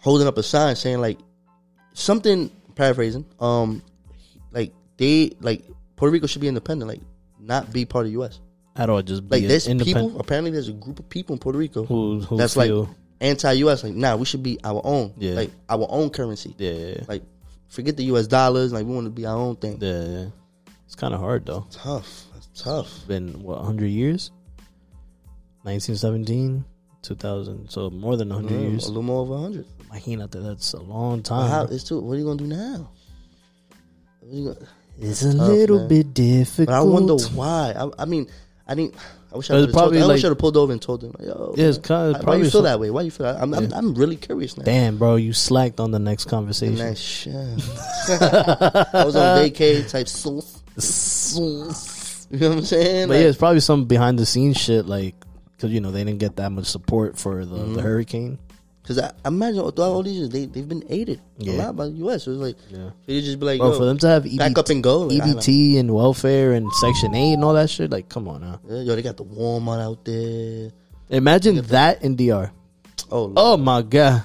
Speaker 2: Holding up a sign saying like something paraphrasing. Um, like they like Puerto Rico should be independent. Like not be part of U.S.
Speaker 1: At all, just be
Speaker 2: Like there's
Speaker 1: independent.
Speaker 2: people. Apparently, there's a group of people in Puerto Rico
Speaker 1: who, who
Speaker 2: that's
Speaker 1: feel,
Speaker 2: like anti-U.S. Like, nah, we should be our own,
Speaker 1: Yeah.
Speaker 2: like our own currency.
Speaker 1: yeah, yeah, yeah.
Speaker 2: Like, forget the U.S. dollars. Like, we want to be our own thing.
Speaker 1: yeah, yeah. It's kind of hard though.
Speaker 2: Tough, that's tough.
Speaker 1: been what 100 years 1917 2000 so more than 100
Speaker 2: Mm, a
Speaker 1: years Uh-huh.
Speaker 2: little more over hundred.
Speaker 1: Imagínate, that's a long
Speaker 2: How
Speaker 1: time
Speaker 2: it's too. What are you gonna do now? What you gonna-
Speaker 1: it's a little
Speaker 2: man.
Speaker 1: bit difficult
Speaker 2: But I wonder why. I, I mean, I didn't. I wish I
Speaker 1: It was
Speaker 2: would have told.
Speaker 1: probably
Speaker 2: I wish
Speaker 1: like-
Speaker 2: I would have pulled over and told them. Like, Yo,
Speaker 1: Yeah, it's kinda-
Speaker 2: why, why
Speaker 1: probably
Speaker 2: you feel
Speaker 1: some-
Speaker 2: that way? Why you feel that? I'm, I'm, I'm really curious now.
Speaker 1: damn bro you slacked on the next
Speaker 2: And
Speaker 1: conversation
Speaker 2: that shit. I was on vacay type sauce. You know what I'm saying?
Speaker 1: but
Speaker 2: Like,
Speaker 1: yeah it's probably some behind the scenes shit like because you know they didn't get that much support for the,
Speaker 2: Mm.
Speaker 1: the hurricane
Speaker 2: Because I, I imagine throughout all these years, they, they've been aided a
Speaker 1: Yeah.
Speaker 2: lot by the U.S. So it's like,
Speaker 1: Yeah.
Speaker 2: so you just be like,
Speaker 1: bro
Speaker 2: Yo,
Speaker 1: for them to have E EBT,
Speaker 2: back up and go. Like, I don't-
Speaker 1: EBT and welfare and section 8 and all that shit like come on now
Speaker 2: Yeah, Yo, they got the Walmart out there.
Speaker 1: imagine that in DR
Speaker 2: Oh,
Speaker 1: oh my god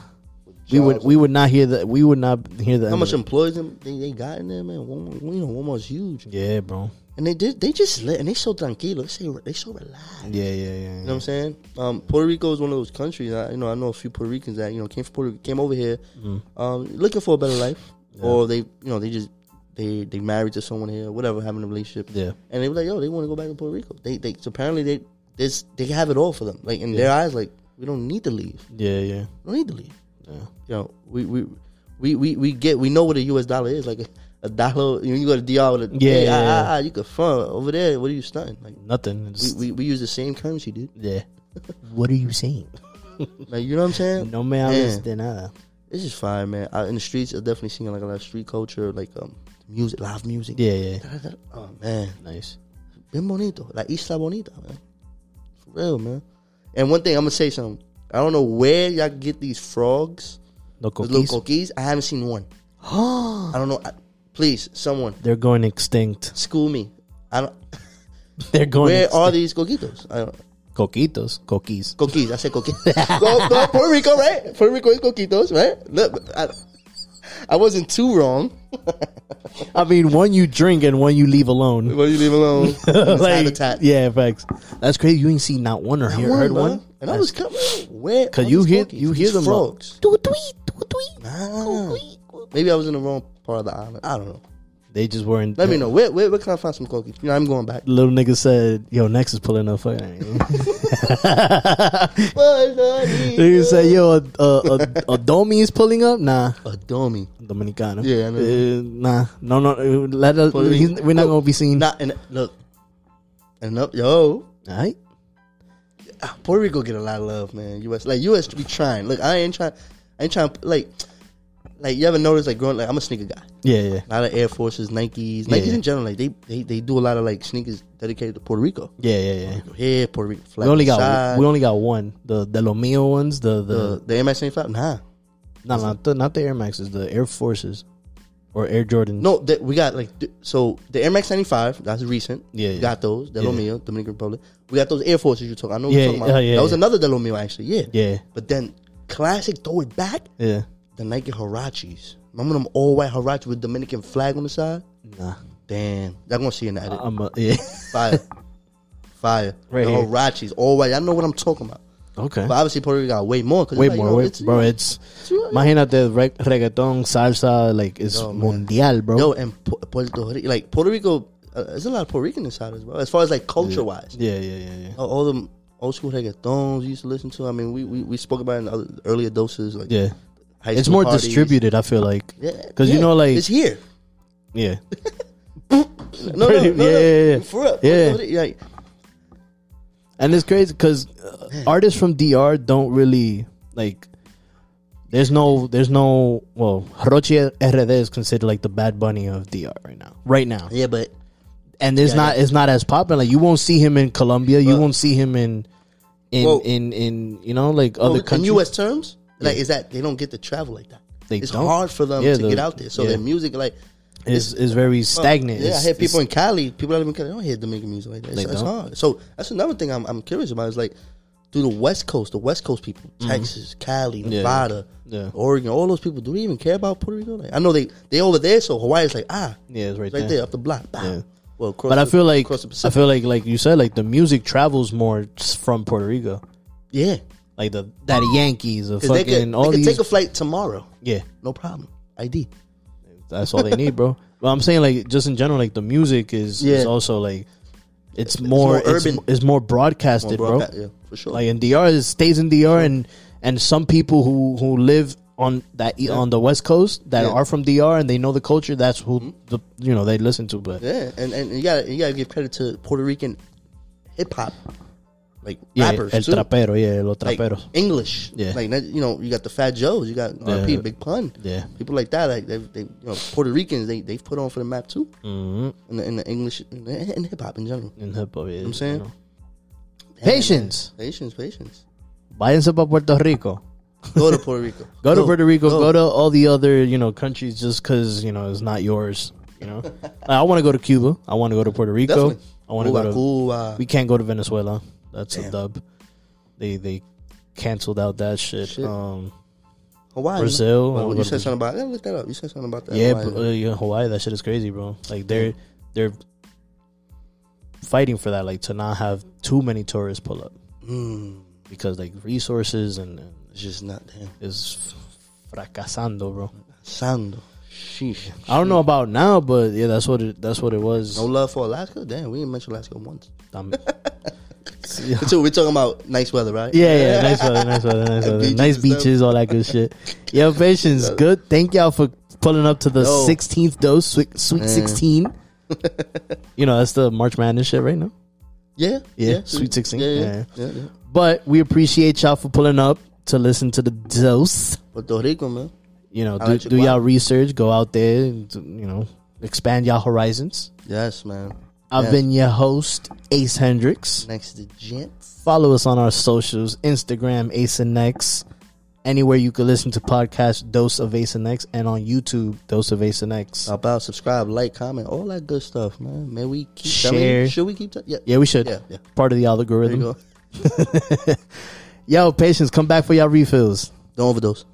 Speaker 1: we would we would not hear that we would not hear the
Speaker 2: how
Speaker 1: end
Speaker 2: much
Speaker 1: of it.
Speaker 2: employees them- they, they got in there, man? Walmart, you know, Walmart's huge.
Speaker 1: yeah bro
Speaker 2: And they did, they just let, and they so tranquilo. They, say, they so relaxed. You
Speaker 1: yeah yeah yeah,
Speaker 2: know what I'm saying? Um, Puerto Rico is one of those countries. I, you know, I know a few Puerto Ricans that you know came from Puerto, came over here,
Speaker 1: Mm-hmm.
Speaker 2: um, looking for a better life, or they, you know, they just they they married to someone here, whatever, having a relationship.
Speaker 1: yeah
Speaker 2: and they were like, "Yo, they want to go back to Puerto Rico." They, they so apparently they this they have it all for them. Like in their eyes, like we don't need to leave.
Speaker 1: yeah yeah
Speaker 2: We don't need to leave.
Speaker 1: yeah
Speaker 2: You know, we we we we, we get we know what a U.S. dollar is. Like a, a dollar, you, know, you go to DR with a
Speaker 1: Yeah,
Speaker 2: hey,
Speaker 1: yeah,
Speaker 2: ah,
Speaker 1: yeah.
Speaker 2: ah, ah, you could fund over there. What are you stunting? Like
Speaker 1: nothing
Speaker 2: we,
Speaker 1: It's-
Speaker 2: we, we use the same currency, dude.
Speaker 1: yeah what are you saying
Speaker 2: Like you know what I'm saying?
Speaker 1: no me hables de nada
Speaker 2: This is fire, man. Out in the streets, I definitely seen like a lot of street culture, like um music, live music.
Speaker 1: yeah yeah
Speaker 2: Oh man.
Speaker 1: nice
Speaker 2: bien bonito, la isla bonita, man. For real, man. And one thing I'm gonna say something. I don't know where y'all get these frogs,
Speaker 1: no
Speaker 2: those little
Speaker 1: cookies
Speaker 2: coquis. I haven't seen one. I don't know. I, please, someone
Speaker 1: they're going extinct
Speaker 2: school me. I don't.
Speaker 1: they're going
Speaker 2: Where
Speaker 1: extinct.
Speaker 2: are these coquitos? I don't,
Speaker 1: coquitos cookies
Speaker 2: coquis. I said coquitos. go, go Puerto Rico, right? Puerto Rico is coquitos, right? Look, I, I wasn't too wrong.
Speaker 1: I mean one you drink and one you leave alone
Speaker 2: Well, you leave alone. It's
Speaker 1: Like,
Speaker 2: habitat.
Speaker 1: yeah facts that's crazy you ain't seen not one or hear, heard
Speaker 2: man.
Speaker 1: one
Speaker 2: And I was coming. Where?
Speaker 1: because
Speaker 2: are
Speaker 1: you
Speaker 2: these
Speaker 1: hear
Speaker 2: coquis?
Speaker 1: you hear
Speaker 2: These
Speaker 1: them
Speaker 2: frogs.
Speaker 1: tweet tweet tweet
Speaker 2: Ah. Maybe I was in the wrong part of the island. I don't know.
Speaker 1: they just weren't
Speaker 2: Let me know. Where, where, where can I find some cookies? You know, I'm going back.
Speaker 1: little nigga said, "Yo, Nex is pulling up." Nigga said, "Yo, a a, a, a Domi is pulling up." Nah,
Speaker 2: A dummy.
Speaker 1: Dominicano.
Speaker 2: Yeah, I know.
Speaker 1: Uh, nah, no, no. uh, Let us,
Speaker 2: Puerto
Speaker 1: he's-
Speaker 2: Rico.
Speaker 1: we're not gonna be seen.
Speaker 2: Not in, look. And up, yo,
Speaker 1: All right.
Speaker 2: ah, Puerto Rico get a lot of love, man. U.S. like U.S. be trying. Look, I ain't trying. I ain't trying. Like, like you ever notice? Like growing, like I'm a sneaker guy.
Speaker 1: Yeah, yeah,
Speaker 2: A lot of Air Forces, Nikes,
Speaker 1: Yeah,
Speaker 2: Nikes
Speaker 1: yeah.
Speaker 2: in general. Like they, they, they do a lot of like sneakers dedicated to Puerto Rico.
Speaker 1: yeah, yeah, yeah.
Speaker 2: Yeah, Puerto Rico. Flag
Speaker 1: We only
Speaker 2: side,
Speaker 1: got we only got one. The the Lomio ones. The the
Speaker 2: the the Air Max 95. Nah,
Speaker 1: no not the not the Air Maxes. The Air Forces or Air Jordans.
Speaker 2: no, that we got like th- so the Air Max 95. That's recent.
Speaker 1: Yeah, yeah.
Speaker 2: got those. Delo
Speaker 1: Yeah.
Speaker 2: Mio, Dominican Republic. We got those Air Forces you took. I know
Speaker 1: Yeah,
Speaker 2: we're talking about.
Speaker 1: uh, yeah,
Speaker 2: that was
Speaker 1: yeah.
Speaker 2: another Delo Mio actually. Yeah,
Speaker 1: Yeah,
Speaker 2: But then classic, throw it back.
Speaker 1: yeah.
Speaker 2: The Nike Harachis. Remember them all white Harachis with Dominican flag on the side?
Speaker 1: Nah, Uh,
Speaker 2: Damn, y'all gonna see in the edit.
Speaker 1: I'm a, yeah.
Speaker 2: Fire, fire.
Speaker 1: Uh-uh. Right
Speaker 2: the
Speaker 1: here.
Speaker 2: Harachis, all white. I know what I'm talking about.
Speaker 1: okay.
Speaker 2: But obviously Puerto Rico got way more. 'cause
Speaker 1: Way
Speaker 2: like,
Speaker 1: more,
Speaker 2: yo,
Speaker 1: way,
Speaker 2: it's-
Speaker 1: bro. It's imagínate re- reggaeton, salsa, like it's
Speaker 2: Yo, man.
Speaker 1: mundial, bro.
Speaker 2: Yo, and Pu- Puerto Rico, like Puerto Rico, uh, there's a lot of Puerto Rican inside as well. As far as like culture wise,
Speaker 1: Yeah, yeah, yeah, yeah.
Speaker 2: all, all them old school reggaetons you used to listen to. I mean, we we, we spoke about it in the other, earlier doses. Like
Speaker 1: Yeah,
Speaker 2: high
Speaker 1: it's
Speaker 2: school
Speaker 1: more
Speaker 2: parties.
Speaker 1: distributed. I feel like,
Speaker 2: Yeah,
Speaker 1: 'Cause you
Speaker 2: yeah.
Speaker 1: know, like-
Speaker 2: it's here.
Speaker 1: yeah,
Speaker 2: No, no,
Speaker 1: Pretty-
Speaker 2: no,
Speaker 1: yeah,
Speaker 2: no,
Speaker 1: yeah, yeah.
Speaker 2: for real.
Speaker 1: Yeah.
Speaker 2: Puerto Rico, like,
Speaker 1: and it's crazy because uh, artists from DR don't really like. There's no, there's no. Well, Rochi RD is considered like the Bad Bunny of DR right now, right now,
Speaker 2: yeah, but
Speaker 1: and it's
Speaker 2: Yeah,
Speaker 1: not, it's not as popular. Like you won't see him in Colombia, you won't see him in, in,
Speaker 2: Well-
Speaker 1: in, in, you know, like other
Speaker 2: Well,
Speaker 1: countries.
Speaker 2: in U.S. terms, like is that they don't get to travel like that.
Speaker 1: They
Speaker 2: it's
Speaker 1: don't.
Speaker 2: hard for them
Speaker 1: Yeah,
Speaker 2: to
Speaker 1: the-
Speaker 2: get out there. So
Speaker 1: yeah.
Speaker 2: their music, like
Speaker 1: is is very stagnant.
Speaker 2: yeah, I
Speaker 1: It's-
Speaker 2: hear people
Speaker 1: it's-
Speaker 2: in Cali, people that live in Cali, they don't hear Dominican music like that.
Speaker 1: They
Speaker 2: So that's
Speaker 1: don't.
Speaker 2: hard. So that's another thing I'm, I'm curious about is like do the West Coast, the West Coast people, Texas, Cali, Nevada,
Speaker 1: Mm-hmm. Yeah.
Speaker 2: Oregon, all those people, do they even care about Puerto Rico? Like, I know they they over there, so Hawaii is like ah,
Speaker 1: yeah, it's right,
Speaker 2: it's right
Speaker 1: there.
Speaker 2: there up the block. Bah.
Speaker 1: Yeah.
Speaker 2: Well, across
Speaker 1: But I
Speaker 2: the-
Speaker 1: feel like
Speaker 2: across the
Speaker 1: I
Speaker 2: Pacific,
Speaker 1: feel like like you said, like the music travels more s- from Puerto Rico,
Speaker 2: yeah,
Speaker 1: like the that Yankees, the
Speaker 2: 'Cause they
Speaker 1: fucking
Speaker 2: could,
Speaker 1: all
Speaker 2: they
Speaker 1: these.
Speaker 2: could take a flight tomorrow,
Speaker 1: yeah,
Speaker 2: no problem. ID.
Speaker 1: that's all they need, bro. But I'm saying like just in general, like the music is is
Speaker 2: Yeah.
Speaker 1: also like it's more it's
Speaker 2: more
Speaker 1: it's,
Speaker 2: urban.
Speaker 1: more broadcasted,
Speaker 2: Bro,
Speaker 1: bro.
Speaker 2: that- yeah, for sure.
Speaker 1: Like in DR, it stays in DR, and and some people who who live on that e, on the West Coast that
Speaker 2: Yeah. Mm-hmm.
Speaker 1: are from DR and they know the culture. That's who the you know they listen to, but.
Speaker 2: Yeah, and, and you gotta you gotta give credit to Puerto Rican hip hop, like
Speaker 1: Yeah,
Speaker 2: rappers
Speaker 1: el
Speaker 2: too.
Speaker 1: trapero, yeah, los
Speaker 2: like
Speaker 1: traperos.
Speaker 2: English.
Speaker 1: Yeah.
Speaker 2: like not- you know you got the Fat Joes, you got RP,
Speaker 1: Yeah.
Speaker 2: Big Pun,
Speaker 1: Yeah.
Speaker 2: people like that. Like they, they you know Puerto Ricans, they they've put on for the map too
Speaker 1: Mhm.
Speaker 2: in the, in the English in, in hip hop in general.
Speaker 1: In hip hop, yeah.
Speaker 2: I'm saying?
Speaker 1: you know. Patience.
Speaker 2: Patience, patience.
Speaker 1: Váyanse para Puerto Rico.
Speaker 2: Go to Puerto Rico.
Speaker 1: Go, to Puerto Rico. Go. to all the other, you know, countries just because, you know, it's not yours. You know, I want to go to Cuba. I want to go to Puerto Rico.
Speaker 2: Definitely.
Speaker 1: I want to go to.
Speaker 2: Cuba.
Speaker 1: We can't go to Venezuela. That's a
Speaker 2: Damn.
Speaker 1: dub. They they canceled out that shit.
Speaker 2: Shit.
Speaker 1: Um,
Speaker 2: Hawaii.
Speaker 1: Brazil.
Speaker 2: Well,
Speaker 1: Wanna
Speaker 2: you
Speaker 1: go
Speaker 2: said
Speaker 1: to-
Speaker 2: something about. I gotta look that up. You said something about that.
Speaker 1: yeah,
Speaker 2: Hawaii.
Speaker 1: Hawaii. Uh, yeah, Hawaii. That shit is crazy, bro. Like they're they're fighting for that, like to not have too many tourists pull up
Speaker 2: Mm,
Speaker 1: because like resources and, and
Speaker 2: it's just not there.
Speaker 1: is fracasando, bro.
Speaker 2: Sando. Sheesh.
Speaker 1: I don't know about now, but yeah, that's what it that's what it was.
Speaker 2: No love for Alaska? Damn, we didn't mention Alaska once.
Speaker 1: Um,
Speaker 2: So we're talking about nice weather, right?
Speaker 1: yeah, yeah, nice weather, nice weather, nice weather,
Speaker 2: Beaches
Speaker 1: nice
Speaker 2: and stuff.
Speaker 1: beaches, all that good shit. Yo, patience, good. Thank y'all for pulling up to the
Speaker 2: Yo.
Speaker 1: sixteenth dose, sweet, sweet sixteen. you know that's the March Madness shit right now.
Speaker 2: Yeah.
Speaker 1: Yeah, Sweet 16.
Speaker 2: Yeah,
Speaker 1: Yeah.
Speaker 2: yeah. yeah. yeah.
Speaker 1: But we appreciate y'all for pulling up to listen to the dose.
Speaker 2: Puerto Rico, man.
Speaker 1: You know,
Speaker 2: I
Speaker 1: do,
Speaker 2: like your
Speaker 1: do
Speaker 2: guac.
Speaker 1: y'all research, go out there, and, you know, expand y'all horizons.
Speaker 2: Yes, man.
Speaker 1: I've
Speaker 2: Yes.
Speaker 1: been your host, Ace Hendricks.
Speaker 2: Next to Gents.
Speaker 1: Follow us on our socials Instagram, Ace and X. Anywhere you can listen to podcast Dose of Ace and X, and on YouTube, Dose of Ace and X.
Speaker 2: About subscribe, like, comment, all that good stuff, man. May we keep
Speaker 1: Share.
Speaker 2: I
Speaker 1: Mm-hmm.
Speaker 2: mean, should we keep that? Yeah.
Speaker 1: Yeah, we should.
Speaker 2: Yeah, yeah.
Speaker 1: Part of the
Speaker 2: There you
Speaker 1: algorithm.
Speaker 2: go.
Speaker 1: Yo, patience, come back for y'all refills.
Speaker 2: Don't overdose.